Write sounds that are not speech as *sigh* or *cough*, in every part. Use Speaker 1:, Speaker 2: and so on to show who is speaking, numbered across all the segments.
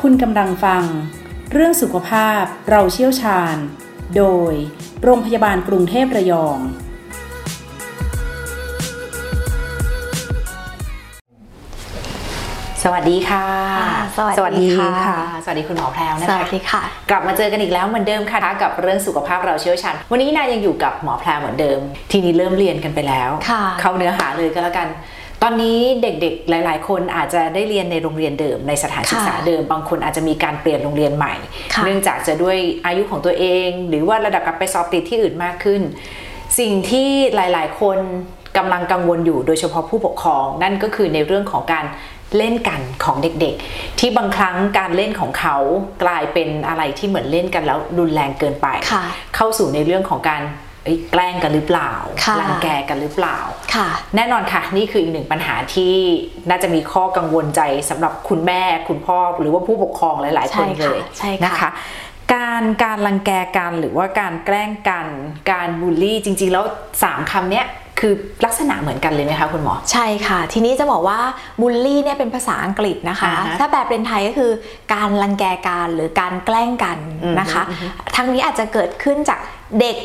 Speaker 1: คุณกำลังฟัง เรื่องสุขภาพเราเชี่ยวชาญ โดย โรงพยาบาลกรุงเทพระยอง สวัสดีค่ะ
Speaker 2: สวัสดีค่ะ
Speaker 1: สวัสดีคุณหมอแพรวนะ
Speaker 2: ส
Speaker 1: คะ
Speaker 2: วัสดีค่ะ
Speaker 1: กลับมาเจอกันอีกแล้วเหมือนเดิมค่ะกับเรื่องสุขภาพเราเชี่ยวชาญวันนี้นายยังอยู่กับหมอแพรวเหมือนเดิม ทีนี้เริ่มเรียนกันไปแล้ว
Speaker 2: ค่ะ
Speaker 1: เข้าเนื้อหาเลยก็แล้วกัน ตอนนี้เด็กๆ หลาย ๆ คนอาจจะได้เรียนในโรงเรียนเดิม ในสถานศึกษา
Speaker 2: ค่ะ
Speaker 1: เดิม บางคนอาจจะมีการเปลี่ยนโรงเรียนใหม่
Speaker 2: ค่ะ
Speaker 1: เนื่องจากจะด้วยอายุของตัวเอง หรือว่าระดับการไปสอบติดที่อื่นมากขึ้น สิ่งที่หลาย ๆ คนกำลังกังวลอยู่โดยเฉพาะผู้ปกครอง นั่นก็คือในเรื่องของการเล่นกันของเด็กๆ ที่บางครั้งการเล่นของเขากลายเป็นอะไรที่เหมือนเล่นกันแล้วรุนแรงเกินไป
Speaker 2: ค่ะ
Speaker 1: เข้าสู่ในเรื่องของการเอ้ยแกล้งกันหรือเปล่า
Speaker 2: ค่ะ
Speaker 1: รังแกกันหรือเปล่า
Speaker 2: ค่ะ
Speaker 1: แน่นอนค่ะ นี่คืออีกหนึ่งปัญหาที่น่าจะมีข้อกังวลใจสำหรับคุณแม่ คุณพ่อ หรือว่าผู้ปกครองหลาย ๆ คนเล
Speaker 2: ใช่ค่ะ
Speaker 1: ย
Speaker 2: ใช่ค่ะ
Speaker 1: นะคะ การการรังแกกันหรือว่าการแกล้งกัน การบูลลี่จริง ๆ แล้วสามคำเนี้ยคือลักษณะเหมือนกันเลยไหมคะคุณหมอ
Speaker 2: ใช่ค่ะ ทีนี้จะบอกว่าบูลลี่เนี่ยเป็นภาษาอังกฤษนะคะ
Speaker 1: อ่าฮะ
Speaker 2: ถ้าแปลเป็นไทยก็คือ การรังแกกันหรือการแกล้งกัน
Speaker 1: อืม
Speaker 2: นะคะ ทั้งนี้อาจจะเกิดขึ้นจากเด็ก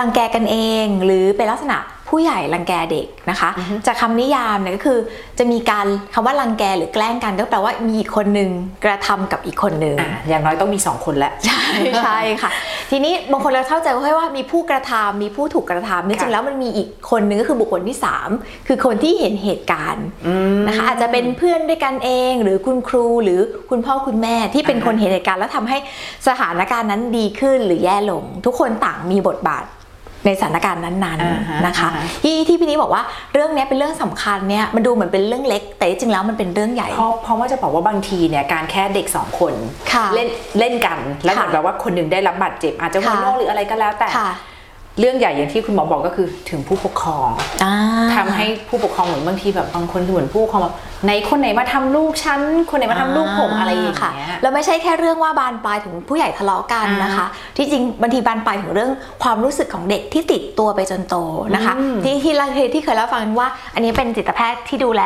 Speaker 2: รังแกกันเอง หรือเป็นลักษณะผู้ใหญ่รังแกเด็กนะคะ
Speaker 1: อือฮึ
Speaker 2: จากคำนิยามเนี่ยก็คือจะมีการคำว่ารังแกหรือแกล้งกันก็แปลว่ามีอีกคนหนึ่งกระทำกับอีกคนหนึ่ง
Speaker 1: อ่ะอย่างน้อยต้องมีสองคนแล้ว
Speaker 2: ใช่ใช่ค่ะ ทีนี้บางคนเราเข้าใจว่าเฮ้ยว่ามีผู้กระทำมีผู้ถูกกระทำจริงๆแล้วมันมีอีกคนนึงก็คือบุคคลที่ 3 คือคนที่เห็นเหตุการณ์
Speaker 1: อืม
Speaker 2: นะคะอาจจะเป็นเพื่อนด้วยกันเองหรือคุณครูหรือคุณพ่อคุณแม่ที่เป็น
Speaker 1: อ่าฮะ
Speaker 2: คนเห็นเหตุการณ์แล้วทำให้สถานการณ์นั้นดีขึ้นหรือแย่ลง ทุกคนต่างมีบทบาทในสถานการณ์นั้น
Speaker 1: อ่าฮ
Speaker 2: ๆนะคะ
Speaker 1: อ่าฮ
Speaker 2: ที่ที่พี่นี้บอกว่าเรื่องเนี้ยเป็นเรื่องสำคัญเนี่ยมันดูเหมือนเป็นเรื่องเล็ก แต่จริงๆแล้วมันเป็นเรื่องใหญ่
Speaker 1: เพราะเพราะว่าจะบอกว่าบางทีเนี่ยการแค่เด็กสองคน
Speaker 2: ค่ะ
Speaker 1: เล่นเล่นกันแล้วเหมือน
Speaker 2: ค่ะ
Speaker 1: แบบว่าคนหนึ่งได้รับบาดเจ็บ อาจจะหัว
Speaker 2: ค่ะ
Speaker 1: โรคหรืออะไรก็แล้วแต่
Speaker 2: ค่ะ
Speaker 1: เรื่องใหญ่อย่างที่คุณหมอบอกก็คือถึงผู้ปกครอง
Speaker 2: อ่า
Speaker 1: ทำให้ผู้ปกครองเหมือนบางทีแบบบางคนดูเหมือนผู้ปกครองแบบไหนคนไหนมาทำลูกฉันคนไหนมาทำลูกผมอะไรอย่าง
Speaker 2: ค่ะ
Speaker 1: เงี้ย
Speaker 2: แล้วไม่ใช่แค่เรื่องว่าบานปลายถึงผู้ใหญ่ทะเลาะกันนะคะ ที่จริงบางทีบานปลายถึงเรื่องความรู้สึกของเด็กที่ติดตัวไปจนโตนะคะ
Speaker 1: อืม
Speaker 2: ที่ที่เราเคยที่เคยเล่าฟังว่า อันนี้เป็นจิตแพทย์ที่ดูแล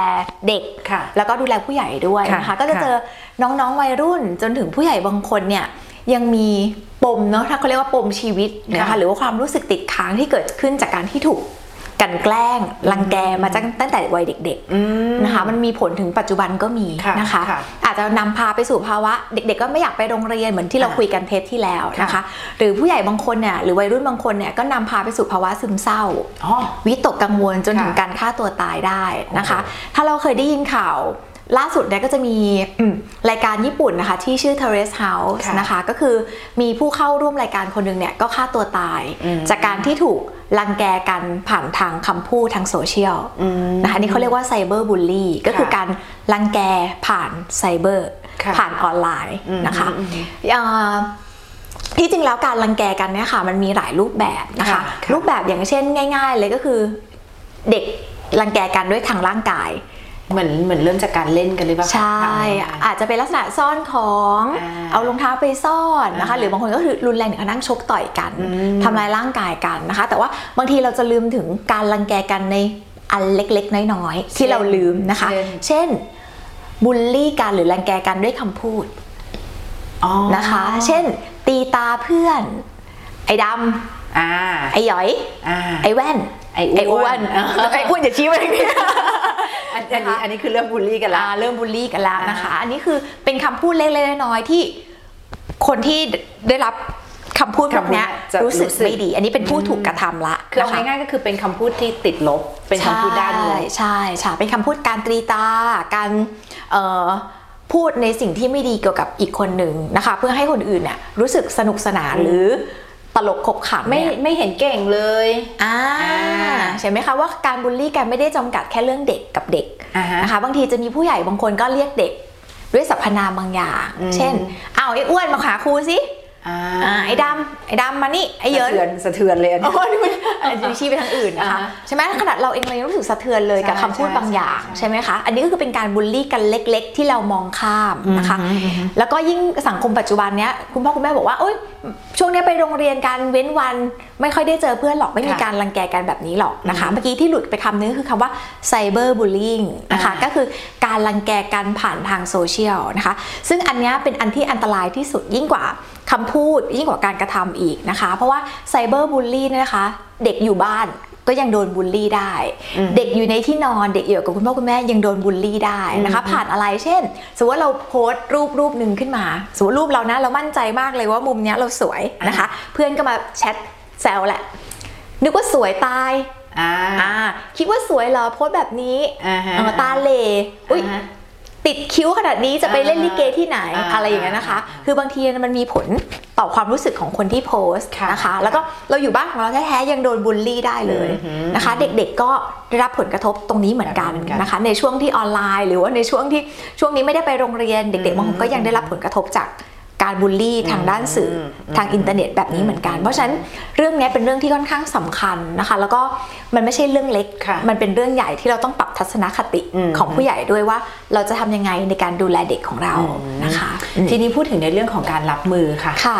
Speaker 2: เด็ก
Speaker 1: ค่ะ
Speaker 2: แล้วก็ดูแลผู้ใหญ่ด้วยนะ
Speaker 1: ค่ะ
Speaker 2: คะ ก็จะเจอน้องๆวัยรุ่นจนถึงผู้ใหญ่บางคนเนี่ยยังมีปมเนาะถ้าเขาเรียกว่าปมชีวิตนะคะหรือว่าความรู้สึกติดค้างที่เกิดขึ้นจากการที่ถูกกลันแกล้งรังแกมาจากตั้งแต่วัยเด็ก ๆ
Speaker 1: อืม
Speaker 2: นะคะมันมีผลถึงปัจจุบันก็มี
Speaker 1: ค่ะ
Speaker 2: นะคะ
Speaker 1: ค่ะ
Speaker 2: อาจจะนำพาไปสู่ภาวะเด็ก ๆ ก็ไม่อยากไปโรงเรียนเหมือนที่เรา
Speaker 1: ค่ะ
Speaker 2: คุยกันเทปที่แล้วนะ
Speaker 1: ค่ะ
Speaker 2: คะ หรือผู้ใหญ่บางคนเนี่ยหรือวัยรุ่นบางคนเนี่ยก็นำพาไปสู่ภาวะซึมเศร้า
Speaker 1: อ๋อ
Speaker 2: วิตกกังวลจนถึง
Speaker 1: ค่ะ
Speaker 2: การฆ่าตัวตายได้นะคะ
Speaker 1: โอ้โห
Speaker 2: ถ้าเราเคยได้ยินข่าว ล่าสุดเนี่ยก็จะมีอืมรายการญี่ปุ่นนะคะ ที่ชื่อ Terrace House
Speaker 1: ค่ะ
Speaker 2: นะคะ ก็คือมีผู้เข้าร่วมรายการคนหนึงเนี่ยก็ฆ่าตัวตาย จากการที่ถูกลังแกกันผ่านทางคำพูดทางโซเชียล
Speaker 1: อืม
Speaker 2: นะคะอันนี่เขาเรียกว่าไซเบอร์บูลลี่ก็คือการรังแกผ่านไซเบอร์
Speaker 1: ค่ะ
Speaker 2: ผ่านออนไลน์นะคะ
Speaker 1: อืมอืม
Speaker 2: เอ่อที่จริงแล้วการรังแกกันเนี่ยค่ะมันมีหลายรูปแบบนะคะ
Speaker 1: ค่ะค่ะ
Speaker 2: รูปแบบอย่างเช่นง่าย ๆ เลยก็คือเด็กรังแกกันด้วยทางร่างกาย
Speaker 1: เหมือนเหมือนเริ่มจากการเล่นกันเลยป่ะคะ
Speaker 2: ใช่
Speaker 1: ทำอะไรอย่างเงี้ย
Speaker 2: อาจจะเป็นลักษณะซ่อนของ
Speaker 1: อ่า
Speaker 2: เอารองเท้าไปซ่อนนะคะ
Speaker 1: อ่า
Speaker 2: หรือบางคนก็คือรุนแรงถึงขั้นนั่งชกต่อยกัน
Speaker 1: อืม
Speaker 2: ทำลายร่างกายกันนะคะ แต่ว่าบางทีเราจะลืมถึงการรังแกกันในอันเล็กๆ น้อยๆ ที่เราลืมนะคะ
Speaker 1: เช่น
Speaker 2: เช่นบูลลี่กันหรือรังแกกันด้วยคำพูด
Speaker 1: อ๋อ
Speaker 2: นะคะ เช่น ตีตาเพื่อน ไอ้ด
Speaker 1: อ่า
Speaker 2: ำไอ้หยอย
Speaker 1: อ่า
Speaker 2: ไอ้แว่น
Speaker 1: ไอ้อ้วน
Speaker 2: ไอ้อ้วนอย่าชี้มาอย่างนี้
Speaker 1: อันอันนี้อันนี้คือเรื่องบูลลี่กันละ
Speaker 2: อ่าเริ่มบูลลี่กันแล้วนะคะ
Speaker 1: อ่า
Speaker 2: อันนี้คือเป็นคำพูดเล็กๆน้อยๆที่คนที่ได้รับคำพูดพวกเนี้ย
Speaker 1: คำพูดเนี่ยจะ
Speaker 2: รู้สึก
Speaker 1: รู้สึก
Speaker 2: ไม่ดี อันนี้เป็นผู้ถูกกระทำละ
Speaker 1: คือเอา
Speaker 2: นะะ
Speaker 1: ง่ายๆก็คือเป็นคำพูดที่ติดลบ เป็นคำพูดด้านล
Speaker 2: ใช่
Speaker 1: บ
Speaker 2: ใช่ใช่เป็นคำพูดการตรีตา การเอ่อพูดในสิ่งที่ไม่ดีเกี่ยวกับอีกคนหนึ่งนะคะ เพื่อให้คนอื่นเนี่ยรู้สึกสนุกสนาน
Speaker 1: อืม
Speaker 2: หรือตลกขบขัน
Speaker 1: ไม่
Speaker 2: เนี่ย
Speaker 1: ไม่เห็นเก่งเลย
Speaker 2: อ่า
Speaker 1: อ่า
Speaker 2: ใช่ไหมคะว่าการบูลลี่กันไม่ได้จำกัดแค่เรื่องเด็กกับเด็ก
Speaker 1: อ่าฮะ
Speaker 2: นะคะบางทีจะมีผู้ใหญ่บางคนก็เรียกเด็กด้วยสรรพนามบางอย่าง
Speaker 1: อืม
Speaker 2: เช่น เอาวไอ้อ้วนมาหาครูสิ
Speaker 1: อ่า
Speaker 2: อ่าไอ้ดำไอ้ดำมานี่ไอ้เห
Speaker 1: สะ
Speaker 2: ยิน
Speaker 1: เทือนสะเทือนเลยอัน
Speaker 2: โอ้
Speaker 1: นี้
Speaker 2: โหนี่มันอาจจะชี้ไปทางอื่นนะคะ
Speaker 1: อ่า
Speaker 2: ใช่ไหมขนาดเราเองเรายังรู้สึกสะเทือนเลยกับ
Speaker 1: ใช่
Speaker 2: คำพูดบางอย่าง
Speaker 1: ใช่
Speaker 2: ใช่ไหมคะอันนี้ก็คือเป็นการบูลลี่กันเล็ก ๆ ที่เรามองข้ามนะคะ
Speaker 1: อืมอืมอืม
Speaker 2: แล้วก็ยิ่งสังคมปัจจุบันเนี้ยคุณพ่อคุณแม่บอกว่าเอ้ยช่วงเนี้ยไปโรงเรียนการเว้นวันไม่ค่อยได้เจอเพื่อนหรอกไม่มีการรังแกกันแบบนี้หรอกนะคะเมื่อกี้ที่หลุดไปคำนึงคือคำว่าไซเบอร์บูลลิงนะคะก็คือการรังแกกันผ่านทางโซเชียลนะคะซึ่งอันเนี้ยเป็นอันที่อันตรายที่สุดยิ่งกว่าคำพูดยิ่งกว่าการกระทำอีกนะคะ เพราะว่าไซเบอร์บูลลี่เนี่ยนะคะ เด็กอยู่บ้านก็ยังโดนบูลลี่ได้ เด็กอยู่ในที่นอนเด็กอยู่กับคุณพ่อคุณแม่ยังโดนบูลลี่ได้นะคะ ผ่านอะไรเช่น สมมติว่าเราโพสต์รูปรูปหนึ่งขึ้นมา สมมติรูปเรานะเรามั่นใจมากเลยว่ามุมเนี้ยเราสวยนะคะ เพื่อนก็มาแชทแซวแหละ นึกว่าสวยตาย
Speaker 1: อ่า
Speaker 2: อ่าคิดว่าสวยเหรอโพสต์แบบนี้
Speaker 1: อ่าฮะ
Speaker 2: เออตาเหลอุ้ย
Speaker 1: าฮะ
Speaker 2: ติดคิ้วขนาดนี้จะไปเล่นลิเกที่ไหน
Speaker 1: อ่า
Speaker 2: อะไรอย่างเงี้ยนะคะ คือบางทีมันมีผลต่อความรู้สึกของคนที่โพสต์
Speaker 1: ค่ะ
Speaker 2: นะคะ แล้วก็เราอยู่บ้านของเราแท้ๆยังโดนบูลลี่ได้เลย
Speaker 1: อือหือ
Speaker 2: นะคะ เด็กๆก็ได้รับผลกระทบตรงนี้เหมือนกัน
Speaker 1: เหมือนกัน
Speaker 2: นะคะ ในช่วงที่ออนไลน์ หรือว่าในช่วงที่ช่วงนี้ไม่ได้ไปโรงเรียน เด็กๆบางคนก็ยังได้รับผลกระทบจากการบูลลี่ทางด้านสื่ออทางอินเทอร์เน็ตแบบนี้เหมือนกัน เพราะฉะนั้นเรื่องเนี้ยเป็นเรื่องที่ค่อนข้างสำคัญนะคะ แล้วก็มันไม่ใช่เรื่องเล็ก
Speaker 1: ค่ะ
Speaker 2: มันเป็นเรื่องใหญ่ที่เราต้องปรับทัศนคติ
Speaker 1: อืม
Speaker 2: ของ ผู้ใหญ่ด้วยว่าเราจะทำยังไงในการดูแลเด็กของเรานะคะ
Speaker 1: ทีนี้พูดถึงในเรื่องของการรับมือค่ะ
Speaker 2: ค่ะ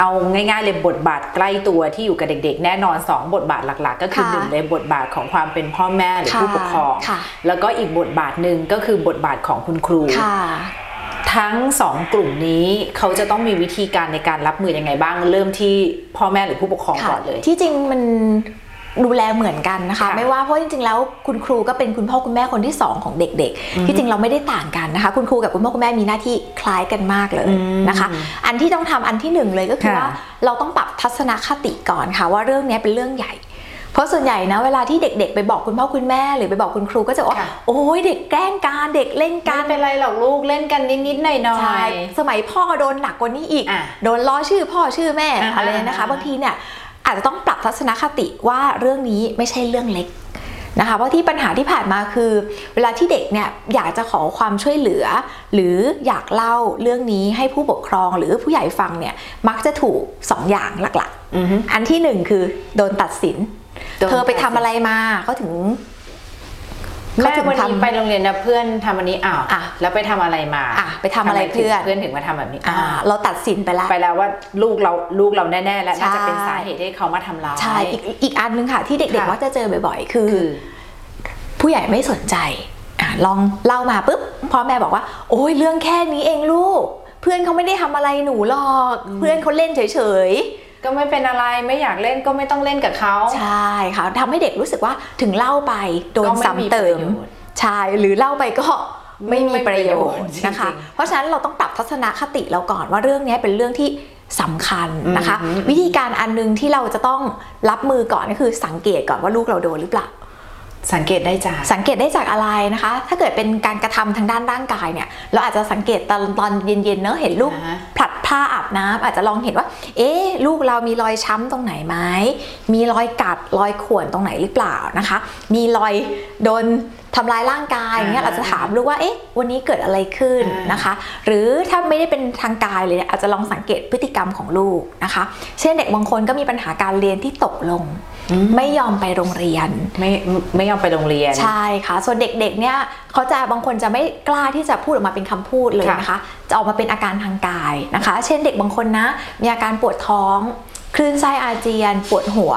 Speaker 1: เอาง่ายๆเลยบทบาทใกล้ตัวที่อยู่กับเด็ก ๆ แน่นอน 2 บทบาทหลักๆ ก็คือ
Speaker 2: ค่ะ
Speaker 1: หนึ่งเลยบทบาทของความเป็นพ่อแม่หรือผู้ปกครอง
Speaker 2: ค่ะ
Speaker 1: แล้วก็อีกบทบาทหนึ่งก็คือบทบาทของคุณครู
Speaker 2: ค่ะ
Speaker 1: ทั้งสองกลุ่มนี้เขาจะต้องมีวิธีการในการรับมือยังไงบ้าง เริ่มที่พ่อแม่หรือผู้ปกครอง
Speaker 2: ค่ะ
Speaker 1: ก่อนเลย
Speaker 2: ที่จริงมันดูแลเหมือนกันนะคะ
Speaker 1: ค่ะ
Speaker 2: ไม่ว่าเพราะจริงๆแล้วคุณครูก็เป็นคุณพ่อคุณแม่คนที่สองของเด็กๆ ที่จริงเราไม่ได้ต่างกันนะคะ คุณครูกับคุณพ่อคุณแม่มีหน้าที่คล้ายกันมากเลย
Speaker 1: อืม
Speaker 2: นะคะ อันที่ต้องทำอันที่หนึ่งเลยก็คือ
Speaker 1: ค่ะ
Speaker 2: ว่าเราต้องปรับทัศนคติก่อนค่ะ ว่าเรื่องเนี้ยเป็นเรื่องใหญ่ เพราะส่วนใหญ่นะเวลาที่เด็ก ๆ ไปบอกคุณพ่อคุณแม่หรือไปบอกคุณครูก็จะบอกว่า
Speaker 1: ค่ะ
Speaker 2: โอ้ยเด็กแกล้งการเด็กเล่นการ
Speaker 1: ไม่เป็นไรหรอกลูกเล่นกันนิดๆหน่อยๆ
Speaker 2: ใช่สมัยพ่อโดนหนักกว่านี้อีก
Speaker 1: อ่ะ
Speaker 2: โดนล้อชื่อพ่อชื่อแม่
Speaker 1: อ่า
Speaker 2: อะไรนะคะ
Speaker 1: อ่า
Speaker 2: บางทีเนี่ยอาจจะต้องปรับทัศนคติว่าเรื่องนี้ไม่ใช่เรื่องเล็กนะคะเพราะที่ปัญหาที่ผ่านมาคือ เวลาที่เด็กเนี่ยอยากจะขอความช่วยเหลือ หรืออยากเล่าเรื่องนี้ให้ผู้ปกครองหรือผู้ใหญ่ฟังเนี่ยมักจะถูกสองอย่างหลัก
Speaker 1: อือฮึ
Speaker 2: ๆ อันที่หนึ่งคือโดนตัดสิน
Speaker 1: โดน
Speaker 2: เธอไป
Speaker 1: ตัดสิน
Speaker 2: ทำอะไรมาเขาถึงเขา
Speaker 1: แม่
Speaker 2: ถึง
Speaker 1: วันนี้
Speaker 2: ทำ
Speaker 1: ไปโรงเรียนนะเพื่อนทำอันนี้อ้าว
Speaker 2: อ่ะ
Speaker 1: แล้วไปทำอะไรมา
Speaker 2: อ่ะไปทำอะไรเพื่อน
Speaker 1: ทำมถึงเพื่อนถึงมาทำแบบนี้
Speaker 2: อ่าเราตัดสินไปแล้ว
Speaker 1: ไปแล้วว่าลูกเราลูกเราแน่ๆ และน่าจะ
Speaker 2: ใช่
Speaker 1: เป็นสาเหตุให้เขามาทำเราย
Speaker 2: ใช่อีกอีกอันหนึงค่ะ ที่เด็ก
Speaker 1: ค่ะ
Speaker 2: ๆว่าจะเจอบ่อยๆ คือ
Speaker 1: คือ
Speaker 2: ผู้ใหญ่ไม่สนใจอะลองเล่ามาปุ๊บพ่อแม่บอกว่า โอ้ยเรื่องแค่นี้เองลูก เพื่อนเขาไม่ได้ทำอะไรหนูหรอก เพื่อนเขาเล่นเฉย
Speaker 1: ก็ไม่เป็นอะไรไม่อยากเล่นก็ไม่ต้องเล่นกับเขา
Speaker 2: ๆ ใช่ค่ะทำให้เด็กรู้สึกว่าถึงเล่าไปโดน
Speaker 1: ก็ไ
Speaker 2: ซ้ำเติม
Speaker 1: ประโยชน์
Speaker 2: ใช่ หรือเล่าไปก็ไม่มี
Speaker 1: ไม่มี
Speaker 2: ประโย
Speaker 1: ประโย
Speaker 2: ช
Speaker 1: ชน์
Speaker 2: น์
Speaker 1: จริงๆ
Speaker 2: นะคะ เพราะฉะนั้นเราต้องปรับทัศนคติเราก่อนว่าเรื่องนี้เป็นเรื่องที่สำคัญนะคะ
Speaker 1: อืม
Speaker 2: วิธีการอันหนึงที่เราจะต้องรับมือก่อนก็คือสังเกตก่อนว่าลูกเราโดนหรือเปล่า
Speaker 1: สังเกตได้จาก
Speaker 2: สังเกตได้จากอะไรนะคะ ถ้าเกิดเป็นการกระทำทางด้านร่างกายเนี่ย เราอาจจะสังเกตตอนตอนเย็นๆเนอะเห็นลูก
Speaker 1: อ่าฮะ
Speaker 2: ผลัดผ้าอาบน้ำอาจจะลองเห็นว่า เอ๊ะลูกเรามีรอยช้ำตรงไหนไหมมีรอยกัดรอยข่วนตรงไหนหรือเปล่านะคะ มีรอยโดนทำลายร่างกายอย่างเงี้ย
Speaker 1: อ่า
Speaker 2: เราจะถามลูกว่าเอ๊ะวันนี้เกิดอะไรขึ้น
Speaker 1: อ่าน
Speaker 2: นะคะ หรือถ้าไม่ได้เป็นทางกายเลยเนี่ยอาจจะลองสังเกตพฤติกรรมของลูกนะคะ เช่นเด็กบางคนก็มีปัญหาการเรียนที่ตกลง ไม่ยอมไปโรงเรียน
Speaker 1: ไม่ไม่ยอมไปโรงเรียน
Speaker 2: ใช่ค่ะ ส่วนเด็กๆ เนี่ยเขาจะบางคนจะไม่กล้าที่จะพูดออกมาเป็นคำพูดเลยนะคะ จะออกมาเป็นอาการทางกายนะคะ เช่นเด็กบางคนนะ มีอาการปวดท้อง คลื่นไส้อาเจียน ปวดหัว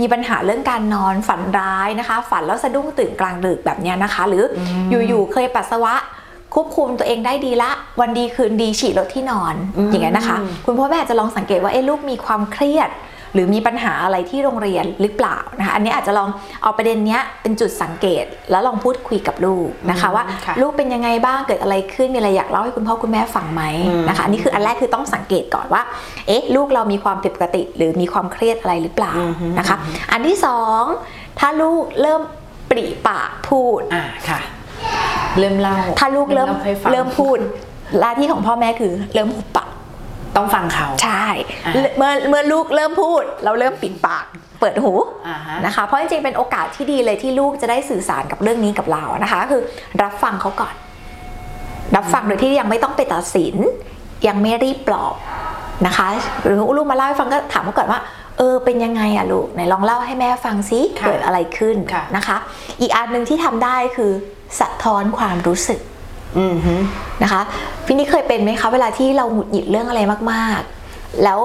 Speaker 2: มีปัญหาเรื่องการนอนฝันร้ายนะคะ ฝันแล้วสะดุ้งตื่นกลางดึกแบบเนี้ยนะคะ หรืออยู่ๆ เคยปัสสาวะ ควบคุมตัวเองได้ดีละ วันดีคืนดีฉีดรถที่นอน
Speaker 1: อืม
Speaker 2: อย่างเงี้ยนะคะ คุณพ่อแม่อาจจะลองสังเกตว่าเอ๊ะลูกมีความเครียด หรือมีปัญหาอะไรที่โรงเรียนหรือเปล่านะคะอันนี้อาจจะลองเอาประเด็นเนี้ยเป็นจุดสังเกต แล้วลองพูดคุยกับลูกนะคะ
Speaker 1: อืม
Speaker 2: ว่า
Speaker 1: ค่ะ
Speaker 2: ลูกเป็นยังไงบ้างเกิดอะไรขึ้นมีอะไรอยากเล่าให้คุณพ่อคุณแม่ฟังไหม
Speaker 1: อืม
Speaker 2: นะคะอันนี้คืออันแรกคือต้องสังเกตก่อนว่าเอ๊ะลูกเรามีความผิดปกติ หรือมีความเครียดอะไรหรือเปล่านะคะ อันที่สองถ้าลูกเริ่มปริปากพูด
Speaker 1: อ่าค่ะ เริ่มเล่า
Speaker 2: ถ้าลูกเริ่ม
Speaker 1: ล่ให้ฟัง
Speaker 2: เริ่มพูดหน้าที่ของพ่อแม่คือเริ่มหุบปาก
Speaker 1: ต้องฟังเขา
Speaker 2: ใช่
Speaker 1: อ่า
Speaker 2: เมื่อเมื่อลูกเริ่มพูด เราเริ่มปิดปาก เปิดหู
Speaker 1: อ่าฮะ
Speaker 2: นะคะ เพราะจริงๆเป็นโอกาสที่ดีเลยที่ลูกจะได้สื่อสารกับเรื่องนี้กับเรานะคะก็คือรับฟังเขาก่อน รับฟังโดยที่ยังไม่ต้องไปตัดสิน ยังไม่รีบปลอบ นะคะหรือลูกมาเล่าให้ฟังก็ถามเขาก่อนว่า เออเป็นยังไงอะลูกไหนลองเล่าให้แม่ฟังซิ
Speaker 1: ค่ะ
Speaker 2: เกิดอะไรขึ้น
Speaker 1: ค่ะ
Speaker 2: นะคะ อีกอันหนึ่งที่ทำได้คือสะท้อนความรู้สึก
Speaker 1: อืมฮึ
Speaker 2: นะคะพี่นี่เคยเป็นไหมคะเวลาที่เราหงุดหงิดเรื่องอะไรมากๆ แล้ว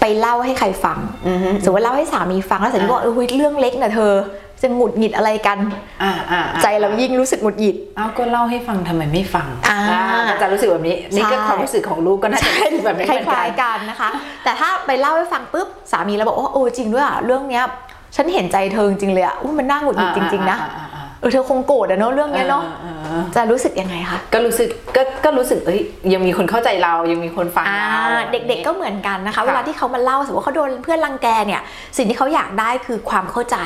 Speaker 2: ไปเล่าให้ใครฟัง
Speaker 1: อือฮึ
Speaker 2: สมมติเล่าให้สามีฟังแล้วสามี
Speaker 1: อ่า
Speaker 2: บอกเออเฮ้ยเรื่องเล็กนะเธอ จะหงุดหงิดอะไรกัน
Speaker 1: อ่าอ่าอ่า
Speaker 2: ใจเรายิ่งรู้สึกหงุดหงิด
Speaker 1: เอาก็เล่าให้ฟังทำไมไม่ฟัง
Speaker 2: อ่า
Speaker 1: ก็จะรู้สึกแบบนี้ นี่ก็
Speaker 2: ใช่
Speaker 1: ความรู้สึกของลูกก็น่าจะรู้สึกแบบนี้
Speaker 2: ค
Speaker 1: เหมือนกั
Speaker 2: ล้าย
Speaker 1: น
Speaker 2: ๆกันนะคะ แต่ถ้าไปเล่าให้ฟังปุ๊บสามีเราบอกว่าโอ้จริงด้วยอ่ะเรื่องเนี้ยฉันเห็นใจเธอจริงๆเลยอ่ะอุ๊ยมันน่าหงุดหงิดจริงๆนะ
Speaker 1: อ่าอ่าอ่าอ่า
Speaker 2: เออเธอคงโกรธอะเนอะเรื่องเนี้ยเนาะ
Speaker 1: ออออ
Speaker 2: จะรู้สึกยังไงคะ
Speaker 1: ก็รู้สึกก็ก็รู้สึกเอ้ยยังมีคนเข้าใจเรายังมีคนฟัง
Speaker 2: อ่า
Speaker 1: เรา
Speaker 2: เด็กๆก็เหมือนกันนะคะเวลาที่เขามาเล่าสมมติว่าเขาโดนเพื่อนรังแกเนี่ยสิ่งที่เขาอยากได้คือความเข้าใจ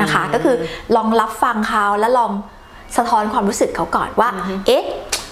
Speaker 2: นะคะ ก็คือลองรับฟังเขาและลองสะท้อนความรู้สึกเขาก่อนว่า เอ๊ะ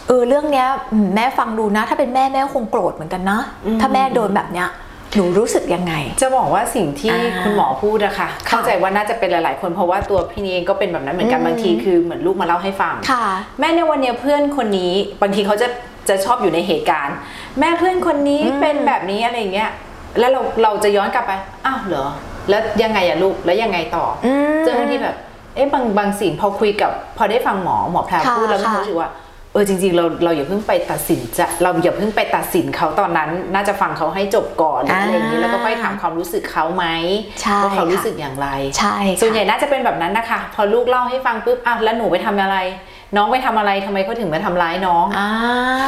Speaker 2: เออเรื่องเนี้ยอืมแม่ฟังดูนะ ถ้าเป็นแม่แม่คงโกรธเหมือนกันนะถ้าแม่โดนแบบเนี้ยหนูรู้สึกยังไง
Speaker 1: จะบอกว่าสิ่งที่
Speaker 2: อ่า
Speaker 1: คุณหมอพูดอะค่ะ เข้าใจว่าน่าจะเป็นหลาย ๆ คนเพราะว่าตัวพี่นีเองก็เป็นแบบนั้นเหมือนกัน
Speaker 2: อืม
Speaker 1: บางทีคือเหมือนลูกมาเล่าให้ฟัง
Speaker 2: ค่ะ
Speaker 1: แม่ในวันเนี้ยเพื่อนคนนี้บางทีเขาจะจะชอบอยู่ในเหตุการณ์ แม่เพื่อนคนนี้เป็นแบบนี้อะไรอย่างเงี้ยแล้วเราเราจะย้อนกลับไปอ้าวเหรอ แล้วยังไงอะลูกแล้วยังไงต่ออ
Speaker 2: ม
Speaker 1: จนบางทีแบบเอ๊ะบางบางสิ่งพอคุยกับ พอได้ฟังหมอหมอแพรว
Speaker 2: ค่ะ
Speaker 1: พูดแล้วมัน
Speaker 2: ค่ะ
Speaker 1: รู้สึกว่าเออจริง ๆ เราเราอย่าเพิ่งไปตัดสินจะเราอย่าเพิ่งไปตัดสินเขาตอนนั้น น่าจะฟังเขาให้จบก่อนหรืออะไรอย่างนี้แล้วก็ค่อยถามความรู้สึกเขาไหม
Speaker 2: ใช่
Speaker 1: ว่าเขารู้
Speaker 2: ค่ะ
Speaker 1: สึกอย่างไร
Speaker 2: ใช่ค่ะ
Speaker 1: ส่วนใหญ่น่าจะเป็นแบบนั้นนะคะ พอลูกเล่าให้ฟังปุ๊บอ่ะแล้วหนูไปทำอะไร น้องไปทำอะไรทำไมเขาถึงมาทำร้ายน้อง
Speaker 2: อ่า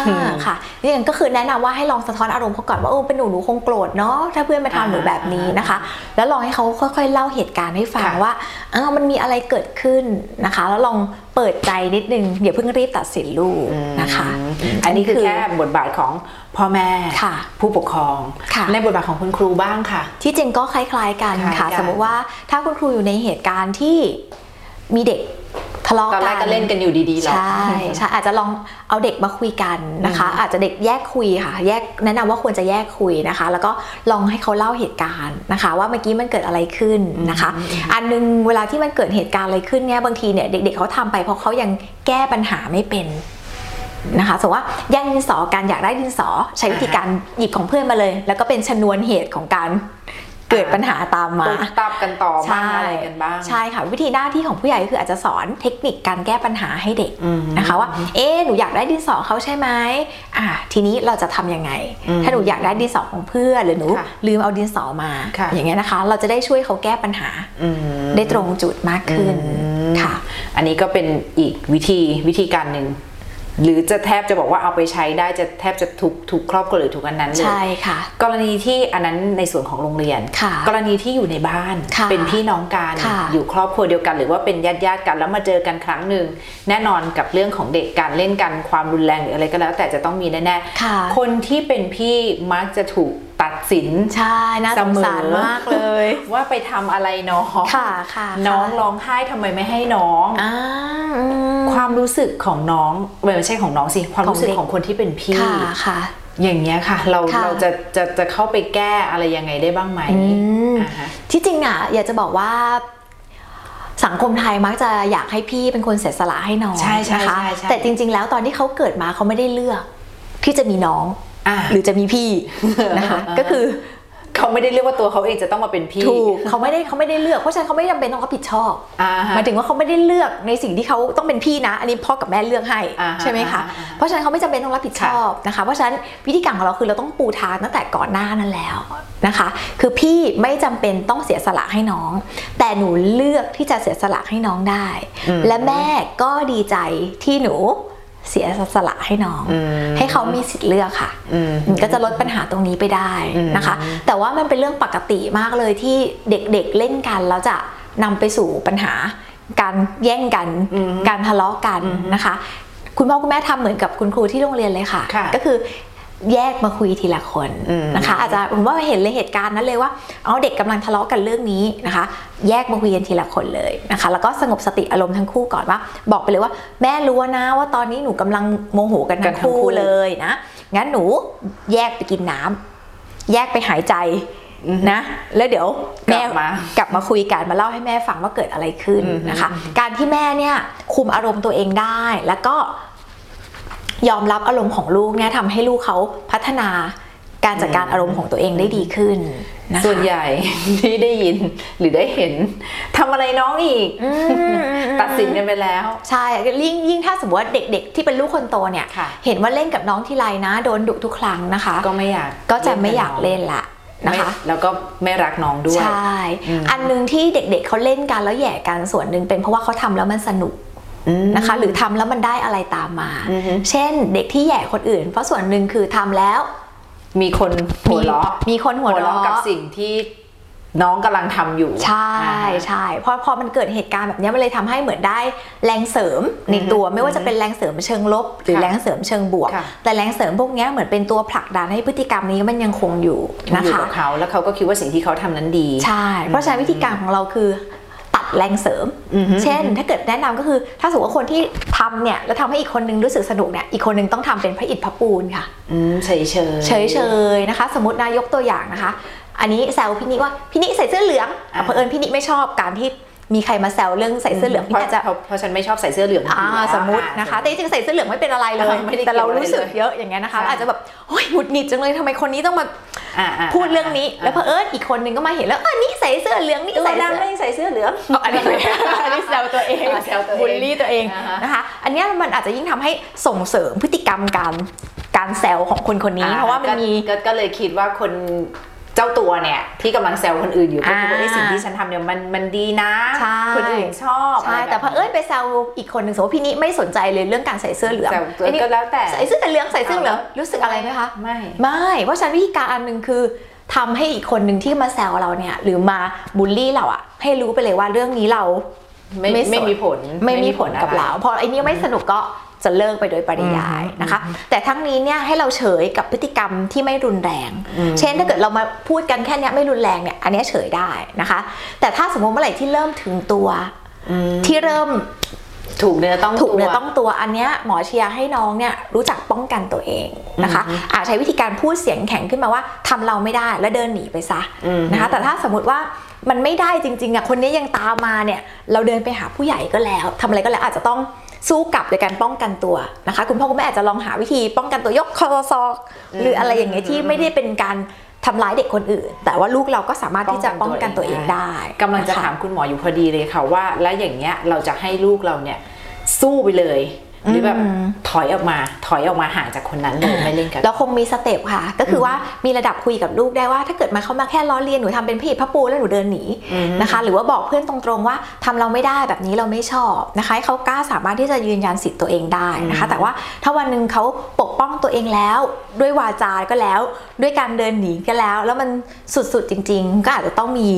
Speaker 1: อืม
Speaker 2: ค่ะนี่ก็คือแนะนำว่าให้ลองสะท้อนอารมณ์เขาก่อนว่าเออเป็นหนูหนูคงโกรธเนาะถ้าเพื่อนมาทำหนูแบบนี้นะคะ แล้วลองให้เขาค่อย ๆ เล่าเหตุการณ์ให้ฟัง
Speaker 1: ค่ะ
Speaker 2: ว่าอ้าวมันมีอะไรเกิดขึ้นนะคะ แล้วลองเปิดใจนิดนึงอย่าเพิ่งรีบตัดสินลูกนะคะ
Speaker 1: อืมอันนี้คือแค่บทบาทของพ่อแม่
Speaker 2: ค่ะ
Speaker 1: ผู้ปกครอง
Speaker 2: ค่ะ
Speaker 1: ในบทบาทของคุณครูบ้างค่ะ
Speaker 2: ที่จริงก็คล้าย ๆ กัน
Speaker 1: คล้ายๆกั
Speaker 2: ค่ะ
Speaker 1: น
Speaker 2: สมมติว่าถ้าคุณครูอยู่ในเหตุการณ์ที่มีเด็กทะเลาะ
Speaker 1: ตอนแร
Speaker 2: กั
Speaker 1: ก
Speaker 2: น
Speaker 1: ก็เล่นกันอยู่ดีๆหรอก
Speaker 2: ใช่ใช่อาจจะลองเอาเด็กมาคุยกันนะคะ อาจจะเด็กแยกคุยค่ะ แยกแนะนำว่าควรจะแยกคุยนะคะ แล้วก็ลองให้เขาเล่าเหตุการณ์นะคะ ว่าเมื่อกี้มันเกิดอะไรขึ้นนะคะ อันนึงเวลาที่มันเกิดเหตุการณ์อะไรขึ้นเนี่ยบางทีเนี่ยเด็ก ๆเขาทำไปเพราะเขายังแก้ปัญหาไม่เป็นนะคะสมมติว่าแย่งดินสอการอยากได้ดินสอใช้วิธีการหยิบของเพื่อนมาเลย แล้วก็เป็นชนวนเหตุของการเกิด
Speaker 1: อ่า
Speaker 2: ปัญหาตามมา
Speaker 1: ตุ๊บตับกันต่อบ้าง
Speaker 2: ใช่
Speaker 1: อะไรกันบ้าง
Speaker 2: ใช่ค่ะ วิธีหน้าที่ของผู้ใหญ่ก็คืออาจจะสอนเทคนิคการแก้ปัญหาให้เด็ก
Speaker 1: อืม
Speaker 2: นะคะว่า เอ๊ะหนูอยากได้ดินสอเขาใช่ไหมอ่าทีนี้เราจะทำยังไง
Speaker 1: อืม
Speaker 2: ถ้าหนูอยากได้ดินสอของเพื่อนหรือหนู
Speaker 1: ค่ะ
Speaker 2: ลืมเอาดินสอมา
Speaker 1: ค่ะ
Speaker 2: อย่างเงี้ยนะคะ เราจะได้ช่วยเขาแก้ปัญหา
Speaker 1: อืม
Speaker 2: ได้ตรงจุดมากขึ้น
Speaker 1: อืม
Speaker 2: ค่ะ
Speaker 1: อันนี้ก็เป็นอีกวิธีวิธีการหนึ่ง หรือจะแทบจะบอกว่าเอาไปใช้ได้จะแทบจะทุกทุกครอบครัวหรือทุกอันนั้นเลย
Speaker 2: ใช่ค่ะ
Speaker 1: กรณีที่อันนั้นในส่วนของโรงเรียน
Speaker 2: ค่ะ
Speaker 1: กรณีที่อยู่ในบ้าน
Speaker 2: ค่ะ
Speaker 1: เป็นพี่น้องกัน
Speaker 2: ค่ะ
Speaker 1: อยู่ครอบครัวเดียวกันหรือว่าเป็นญาติญาติๆกันแล้วมาเจอกันครั้งหนึ่งแน่นอนกับเรื่องของเด็กการเล่นกันความรุนแรงหรืออะไรก็แล้ว แต่จะต้องมีแน่
Speaker 2: ค่ะ
Speaker 1: คนที่เป็นพี่มักจะถูกตัดสิน
Speaker 2: ใช่น่าสงสาร
Speaker 1: เสมอ
Speaker 2: มากเลย
Speaker 1: ว่าไปทำอะไรน้อง
Speaker 2: ค่ะค่ะ
Speaker 1: น้องร้องไห้ทำไมไม่ให้น้อง
Speaker 2: อ่าอืม
Speaker 1: ความรู้สึกของน้องเอ้ยไม่ใช่ของน้องสิความรู้สึก
Speaker 2: ของเด็ก
Speaker 1: ของคนที่เป็นพี่
Speaker 2: ค่ะค่ะ
Speaker 1: อย่างเงี้ยค่ะ เรา
Speaker 2: ค่ะ
Speaker 1: เราจะจะจะเข้าไปแก้อะไรยังไงได้บ้างไหม
Speaker 2: อืม
Speaker 1: อ่าฮะ
Speaker 2: ที่จริงอ่ะอยากจะบอกว่าสังคมไทยมักจะอยากให้พี่เป็นคนเสียสละให้น้อง
Speaker 1: ใช่ใช่
Speaker 2: นะคะ
Speaker 1: ใช่ใช่
Speaker 2: แต่จริง ๆ แล้วตอนที่เขาเกิดมาเขาไม่ได้เลือก ที่จะมีน้อง
Speaker 1: อ่า
Speaker 2: หรือจะมีพี่นะคะ
Speaker 1: อ่า
Speaker 2: ก็คือ
Speaker 1: เขาไม่ได้เรียกว่าตัวเขาเองจะต้องมาเป็นพี่
Speaker 2: ถูกเขาไม่ได้เขาไม่ได้เลือกเพราะฉะนั้นเขาไม่จำเป็นต้องรับผิดชอบ
Speaker 1: อ่าฮะ
Speaker 2: หมายถึงว่าเขาไม่ได้เลือกในสิ่งที่เขาต้องเป็นพี่นะ อันนี้พ่อกับแม่เลือกให้
Speaker 1: อ่าฮะ
Speaker 2: ใช่ไหมคะ
Speaker 1: อ่าฮะ
Speaker 2: เพราะฉะนั้นเขาไม่จำเป็นต้องรับผิดชอบนะคะ เพราะฉะนั้นวิธีการของเราคือเราต้องปูทางตั้งแต่ก่อนหน้านั้นแล้วนะคะ คือพี่ไม่จำเป็นต้องเสียสละให้น้อง แต่หนูเลือกที่จะเสียสละให้น้องได้ และแม่ก็ดีใจที่หนูเสียสละให้น้อง ให้เขามีสิทธิ์เลือกค่ะ
Speaker 1: อืม
Speaker 2: ก็จะลดปัญหาตรงนี้ไปได้นะคะ แต่ว่ามันเป็นเรื่องปกติมากเลยที่เด็กๆเล่นกันแล้วจะนำไปสู่ปัญหา การแย่งกัน
Speaker 1: อืม
Speaker 2: การทะเลาะกันนะคะ คุณพ่อคุณแม่ทำเหมือนกับคุณครูที่โรงเรียนเลยค่ะ
Speaker 1: ค่ะ
Speaker 2: ก็คือแยกมาคุยทีละคน
Speaker 1: อืม
Speaker 2: นะคะ อาจจะผมว่าเห็นเลยเหตุการณ์นั้นเลยว่าเอาเด็กกำลังทะเลาะกันเรื่องนี้นะคะ แยกมาคุยกันทีละคนเลยนะคะ แล้วก็สงบสติอารมณ์ทั้งคู่ก่อนว่า บอกไปเลยว่า แม่รู้นะว่าตอนนี้หนูกำลังโมโหกัน กันทั้งคู่เลยนะ งั้นหนูแยกไปกินน้ำแยกไปหายใจนะ แล้วเดี๋ยวแม่
Speaker 1: กลับมาก
Speaker 2: ลับมาคุยกันมาเล่าให้แม่ฟังว่าเกิดอะไรขึ้น
Speaker 1: อือฮึ
Speaker 2: นะคะ การที่แม่เนี่ยคุมอารมณ์ตัวเองได้แล้วก็ยอมรับอารมณ์ของลูกเนี่ยทำให้ลูกเขาพัฒนา การจัดการอารมณ์ของตัวเองได้ดีขึ้นนะคะ
Speaker 1: ส่วนใหญ่ *laughs* ที่ได้ยินหรือได้เห็นทำอะไรน้องอีก
Speaker 2: อืมอืมอืม
Speaker 1: ตัดสินกันไปแล้ว
Speaker 2: ใช่ยิ่งยิ่งถ้าสมมติว่าเด็กๆ ที่เป็นลูกคนโตเนี่ย
Speaker 1: ค่ะ
Speaker 2: เห็นว่าเล่นกับน้องทีไรนะ โดนดุทุกครั้งนะคะ
Speaker 1: ก็ไม่อยาก
Speaker 2: ก็จะไม่อยากเล่นละ
Speaker 1: น
Speaker 2: นะคะ
Speaker 1: ไม่แล้วก็ไม่รักน้องด้วย
Speaker 2: ใช่
Speaker 1: อืม
Speaker 2: อันหนึ่งที่เด็กๆเขาเล่นกันแล้วแหย่กันส่วนหนึ่งเป็นเพราะว่าเขาทำแล้วมันสนุก
Speaker 1: อืม
Speaker 2: นะคะ หรือทำแล้วมันได้อะไรตามมา
Speaker 1: อือฮึ
Speaker 2: เช่น เด็กที่แหย่คนอื่น เพราะส่วนหนึ่งคือทำแล้ว
Speaker 1: มีคนหัวเราะ
Speaker 2: มีคนหัวเราะ
Speaker 1: กับสิ่งที่น้องกำลังทำอยู่
Speaker 2: ใช่ใช่เพราะพอมันเกิดเหตุการณ์แบบเนี้ยมันเลยทำให้เหมือนได้แรงเสริมในตัวไม่ว่าจะเป็นแรงเสริมเชิงลบ หรือแรงเสริมเชิงบวก
Speaker 1: อ่าค่ะ
Speaker 2: แต่แรงเสริมพวกเนี้ยเหมือนเป็นตัวผลักดันให้พฤติกรรมนี้มันยังคงอยู่
Speaker 1: มั
Speaker 2: นะ
Speaker 1: นอยู่
Speaker 2: คะ
Speaker 1: กับเขาแล้วเขาก็คิดว่าสิ่งที่เขาทำนั้นดี
Speaker 2: ใช่ เพราะฉะนั้นวิธีการของเราคือตัดแรงเสริม
Speaker 1: อือฮึ
Speaker 2: เช่น ถ้าเกิดแนะนำก็คือ ถ้าสมมติว่าคนที่ทำเนี่ยแล้วทำให้อีกคนนึงรู้สึกสนุกเนี่ยอีกคนนึงต้องทำเป็นพระอิฐพระปูนค่ะ
Speaker 1: อืมเฉยเฉย
Speaker 2: เฉยๆนะคะ สมมตินายกตัวอย่างนะคะ อันนี้แซวพี่นิว่าพี่นิใส่เสื้อเหลืองอ่ะเผอิญพี่นิไม่ชอบการที่มีใครมาแซวเรื่องใส่เสื้อเหลืองพี่
Speaker 1: เพ
Speaker 2: นิอา
Speaker 1: ราะ
Speaker 2: จจะ
Speaker 1: เพราะเพราะฉันไม่ชอบใส่เสื้อเหลืองอ
Speaker 2: อ่า
Speaker 1: ยู่แล้ว
Speaker 2: สมมติ
Speaker 1: อ่
Speaker 2: นะคะ แต่จริงๆใส่เสื้อเหลืองไม่เป็นอะไรเลย
Speaker 1: ไม่ได้เกี่ยว
Speaker 2: แต่เรารู้สึกเยอะอย่างเงี้ยนะคะ
Speaker 1: ใช่
Speaker 2: อาจจะแบบโอ้ยหงุดหงิดจังเลยทำไมคนนี้ต้องมา
Speaker 1: อ่าา
Speaker 2: พูดเรื่องนี้
Speaker 1: า
Speaker 2: แล้วเผอิญอีกคนนึงก็มาเห็นแล้วเออนี่ใส่เสื้อเหลืองนี่
Speaker 1: ตัว
Speaker 2: ใส่เสื้
Speaker 1: ดำ
Speaker 2: อ
Speaker 1: ไม่ใส่เสื้อเหลือง
Speaker 2: เอาอันนี้ *laughs* อันนี้แซวตัวเอง
Speaker 1: อ่าแซวตัวเอง
Speaker 2: บูลลี่ตัวเอง
Speaker 1: อ่าฮะ
Speaker 2: นะคะ อันเนี้ยมันอาจจะยิ่งทำให้ส่งเสริมพฤติกรรมการการแซวของคนคนนี้
Speaker 1: อ่
Speaker 2: เพราะว่ามัน
Speaker 1: ก็
Speaker 2: มี
Speaker 1: ก็ก็เลยคิดว่าคนเจ้าตัวเนี่ย ที่กำลังแซวคนอื่นอยู่ก็คิดว่า
Speaker 2: อ่า
Speaker 1: ไอ้ยสิ่งที่ฉันทำเนี่ยมันมันดีนะ
Speaker 2: ใช่
Speaker 1: คนอื่นชอบ
Speaker 2: ใช่แต่เพอเอิญไปแซวอีกคนหนึ่งสมมติว่าพี่นิไม่สนใจเลยเรื่องการใส่เสื้อเหลือง
Speaker 1: แซว
Speaker 2: อันนี้
Speaker 1: ก็แล้วแต่
Speaker 2: ใส่เสื้อเหลืองใส่เสื้อเหลืองรู้สึกอะไรไหมคะ
Speaker 1: ไม่
Speaker 2: ไม่ เพราะฉะนันวิธีการอันหนึ่งคือทำให้อีกคนหนึ่งที่มาแซวเราเนี่ย หรือมาบูลลี่เราอะให้รู้ไปเลยว่าเรื่องนี้เรา
Speaker 1: ไม่
Speaker 2: ไม่สน
Speaker 1: ไม่มีผล
Speaker 2: ไม่มีผลกับ
Speaker 1: อะไ
Speaker 2: เราพอไอ้นี่ไม่สนุกก็จะเลิกไปโดยปริยายนะคะ แต่ทั้งนี้เนี่ยให้เราเฉยกับพฤติกรรมที่ไม่รุนแรง
Speaker 1: อืม
Speaker 2: เช่นถ้าเกิดเรามาพูดกันแค่เนี้ยไม่รุนแรงเนี่ยอันเนี้ยเฉยได้นะคะ แต่ถ้าสมมติเมื่อไหร่ที่เริ่มถึงตัว
Speaker 1: อืม
Speaker 2: ที่เริ่ม
Speaker 1: ถูกเนื้อต้อง
Speaker 2: ถูกเนื้อ
Speaker 1: ว
Speaker 2: ต้องตัวอันเนี้ยหมอเชียร์ให้น้องเนี่ยรู้จักป้องกันตัวเองนะคะอาจใช้วิธีการพูดเสียงแข็งขึ้นมาว่าทำเราไม่ได้แล้วเดินหนีไปซะ
Speaker 1: อืม
Speaker 2: นะคะ แต่ถ้าสมมติว่ามันไม่ได้จริงๆอ่ะคนนี้ยังตามมาเนี่ย เราเดินไปหาผู้ใหญ่ก็แล้วทำอะไรก็แล้วอาจจะต้องสู้กลับโดยการป้องกันตัวนะคะ คุณพ่อคุณแม่อาจจะลองหาวิธีป้องกันตัวยกคอซอกหรืออะไรอย่างเงี้ยที่ไม่ได้เป็นการทำร้ายเด็กคนอื่น แต่ว่าลูกเราก็สามารถที่จะป้องกันตัวเองได้
Speaker 1: กำลังจะ
Speaker 2: นค
Speaker 1: ถามคุณหมออยู่พอดีเลยค่ะว่า แล้วอย่างเงี้ยเราจะให้ลูกเราเนี่ยสู้ไปเลย หรือแบบ
Speaker 2: อืม
Speaker 1: ถอยออกมาถอยออกมาห่างจากคนนั้นเลยไม่เล่นกับ
Speaker 2: เราคงมีสเต็ปค่ะ ก็คือว่ามีระดับคุยกับลูกได้ว่า ถ้าเกิดมาเขามาแค่ล้อเลียนหนูทำเป็นพี่พระปูแล้วหนูเดินหนี
Speaker 1: อืม
Speaker 2: นะคะ หรือว่าบอกเพื่อนตรงๆว่าทำเราไม่ได้แบบนี้เราไม่ชอบนะคะให้เขากล้าสามารถที่จะยืนยันสิทธิ์ตัวเองได้นะคะ แต่ว่าถ้าวันหนึ่งเขาปกป้องตัวเองแล้ว ด้วยวาจาก็แล้ว ด้วยการเดินหนีก็แล้ว แล้วมันสุดๆจริง ๆ ก็อาจจะต้องมี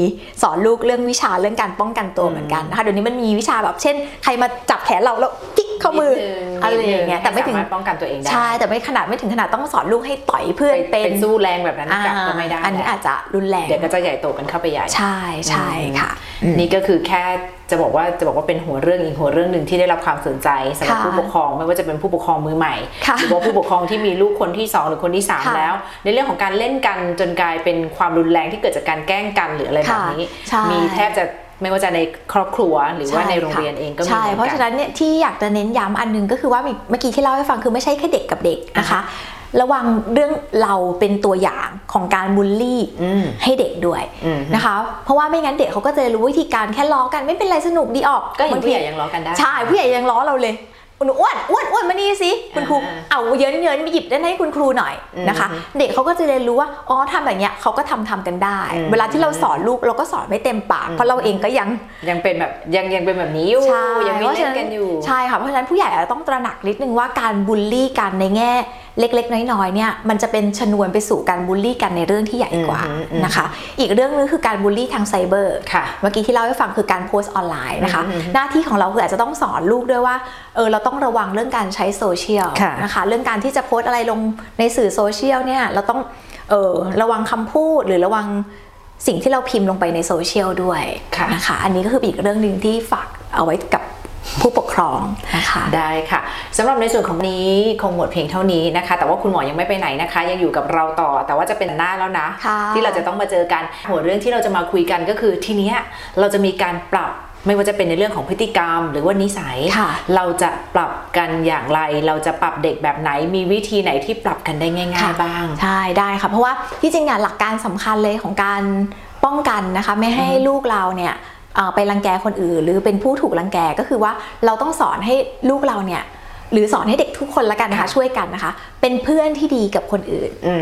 Speaker 2: สอนลูกเรื่องวิชาเรื่องการป้องกันตัวเหมือนกันนะคะเดี๋ยวนี้มันมีวิชาแบบเช่น ใครมาจับแขนเราแล้วกิ๊กเข้ามือ
Speaker 1: นิดนึง
Speaker 2: อะไรอย่างเงี้ยแต่ไม่ถึง
Speaker 1: สารถป้องกันตัวเองได้
Speaker 2: ใช่ แต่ไม่ขนาดไม่ถึงขนาดต้องสอนลูกให้ต่อยเพื่อน
Speaker 1: ไป
Speaker 2: เป็น
Speaker 1: สู้แรงแบบนั้นกลับก็ไม่ได้
Speaker 2: อ่าอัน
Speaker 1: แห
Speaker 2: นี้
Speaker 1: ละ
Speaker 2: อาจจะรุนแรง
Speaker 1: เดี๋ยวก็จะใหญ่โตกันเข้าไปใหญ่
Speaker 2: ใช่ใช่ค่ะ
Speaker 1: นี่ก็คือแค่จะบอกว่าจะบอกว่าเป็นหัวเรื่องอีกหัวเรื่องหนึ่งที่ได้รับความสนใจสำหรับ
Speaker 2: ค่ะ
Speaker 1: ผู้ปกครองไม่ว่าจะเป็นผู้ปกครองมือใหม่
Speaker 2: ค่ะ
Speaker 1: หรือว่าผู้ปกครองที่มีลูกคนที่สองหรือคนที่สาม
Speaker 2: ค่ะ
Speaker 1: แล้ว ในเรื่องของการเล่นกันจนกลายเป็นความรุนแรงที่เกิดจากการแกล้งกันหรืออะไรแบบ
Speaker 2: ค่ะ
Speaker 1: นี้
Speaker 2: ใช่
Speaker 1: มีแทบจะไม่ว่าจะในครอบครัวหรือว่าใน
Speaker 2: ช่
Speaker 1: โรงเรียนเองก็มี
Speaker 2: ใช่
Speaker 1: หมือกั
Speaker 2: เพราะฉะนั้นเนี่ยที่อยากจะเน้นย้ำอันหนึงก็คือว่ามีเมื่อกี้ที่เล่าให้ฟังคือไม่ใช่แค่เด็กกับเด็กนะคะ ระวังเรื่องเราเป็นตัวอย่างของการบูลลี่
Speaker 1: อืม
Speaker 2: ให้เด็กด้วย
Speaker 1: อืม
Speaker 2: นะคะ เพราะว่าไม่งั้นเด็กเขาก็จะรู้วิธีการแค่ล้อกันไม่เป็นไรสนุกดีออก
Speaker 1: ก็เห็น
Speaker 2: บาง
Speaker 1: ผู้
Speaker 2: ที
Speaker 1: ใหญ่ยังล้อกันได้
Speaker 2: ใช่ผู้ใหญ่ยังล้อเราเลยหนูอ้วนอ้วนอ้วนมานี่สิคุณครู
Speaker 1: อ่า
Speaker 2: เอาเยินเยินไปหยิบด้านให้คุณครูหน่อย
Speaker 1: อืม
Speaker 2: นะคะ เด็กเขาก็จะเรียนรู้ว่าอ๋อทำแบบเนี้ยเขาก็ทำทำกันได้
Speaker 1: อืม
Speaker 2: เวลาที่เราสอนลูกเราก็สอนไม่เต็มปาก
Speaker 1: อืม
Speaker 2: เพราะเราเองก็ยัง
Speaker 1: ยังเป็นแบบยังยังเป็นแบบนี้อยู่
Speaker 2: ใช่
Speaker 1: ยัง
Speaker 2: เพ
Speaker 1: มี
Speaker 2: ราะ
Speaker 1: เล่
Speaker 2: ฉะ
Speaker 1: นกันอยู่
Speaker 2: ใช่ค่ะเพราะฉะนั้นผู้ใหญ่อาจจะต้องตระหนักนิดนึงว่าการบูลลี่กันในแง่เล็ก ๆ น้อยๆเนี่ยมันจะเป็นชนวนไปสู่การบูลลี่กันในเรื่องที่ใหญ่กว่า
Speaker 1: อืมอืม
Speaker 2: นะคะ อีกเรื่องนึงคือการบูลลี่ทางไซเบอร์
Speaker 1: ค่ะ
Speaker 2: เมื่อกี้ที่เล่าให้ฟังคือการโพสต์ออนไลน์นะคะ
Speaker 1: อืมอืมอืม
Speaker 2: หน้าที่ของเราคืออาจจะต้องสอนลูกด้วยว่าเออเราต้องระวังเรื่องการใช้โซเชียล
Speaker 1: ค่ะ
Speaker 2: นะคะ เรื่องการที่จะโพสต์อะไรลงในสื่อโซเชียลเนี่ยเราต้องเออระวังคำพูดหรือระวังสิ่งที่เราพิมพ์ลงไปในโซเชียลด้วยนะคะ อันนี้ก็คืออีกเรื่องหนึ่งที่ฝากเอาไว้กับผู้ปกครองนะคะ
Speaker 1: ได้ค่ะสำหรับในส่วนของวันนี้คงหมดเพียงเท่านี้นะคะ แต่ว่าคุณหมอยังไม่ไปไหนนะคะ ยังอยู่กับเราต่อ แต่ว่าจะเป็นหน้าแล้วนะ
Speaker 2: ค่ะ
Speaker 1: ที่เราจะต้องมาเจอกันหัวเรื่องที่เราจะมาคุยกันก็คือทีเนี้ยเราจะมีการปรับ ไม่ว่าจะเป็นในเรื่องของพฤติกรรม หรือว่านิสัย
Speaker 2: ค่ะ
Speaker 1: เราจะปรับกันอย่างไร เราจะปรับเด็กแบบไหน มีวิธีไหนที่ปรับกันได้ง่าย ๆ บ้าง
Speaker 2: ใช่ได้ค่ะ เพราะว่าที่จริงเนี่ยหลักการสำคัญเลยของการป้องกันนะคะ ไม่ให้ลูกเราเนี่ยเอ่อไปรังแกคนอื่น หรือเป็นผู้ถูกรังแกก็คือว่าเราต้องสอนให้ลูกเราเนี่ยหรือสอนให้เด็กทุกคนละกันนะคะ
Speaker 1: ค่ะ
Speaker 2: ช่วยกันนะคะ เป็นเพื่อนที่ดีกับคนอื่น
Speaker 1: อื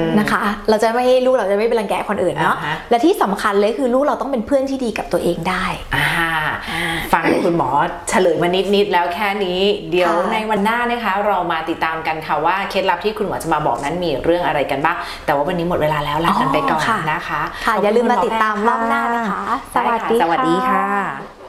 Speaker 1: ม
Speaker 2: นะคะ เราจะไม่ลูกเราจะไม่ไปรังแกคนอื่นเนาะ
Speaker 1: อ่าฮะ
Speaker 2: และที่สำคัญเลยคือลูกเราต้องเป็นเพื่อนที่ดีกับตัวเองได้
Speaker 1: อ่าฟังคุณหมอเฉลยมานิด ๆ แล้วแค่นี้ เดี๋ยว
Speaker 2: ค่ะ
Speaker 1: ในวันหน้านะคะ เรามาติดตามกันค่ะว่าเคล็ดลับที่คุณหมอจะมาบอกนั้นมีเรื่องอะไรกันบ้าง แต่ว่าวันนี้หมดเวลาแล้วลากันไปก่อน
Speaker 2: อ๋อค่ะ
Speaker 1: นะคะ
Speaker 2: ค่ะ
Speaker 1: ขบณ
Speaker 2: อย่าลืมมา
Speaker 1: คุณห
Speaker 2: ติดตามรอบหน้านะคะ
Speaker 1: ได้ค่ะสวัสดีค่ะ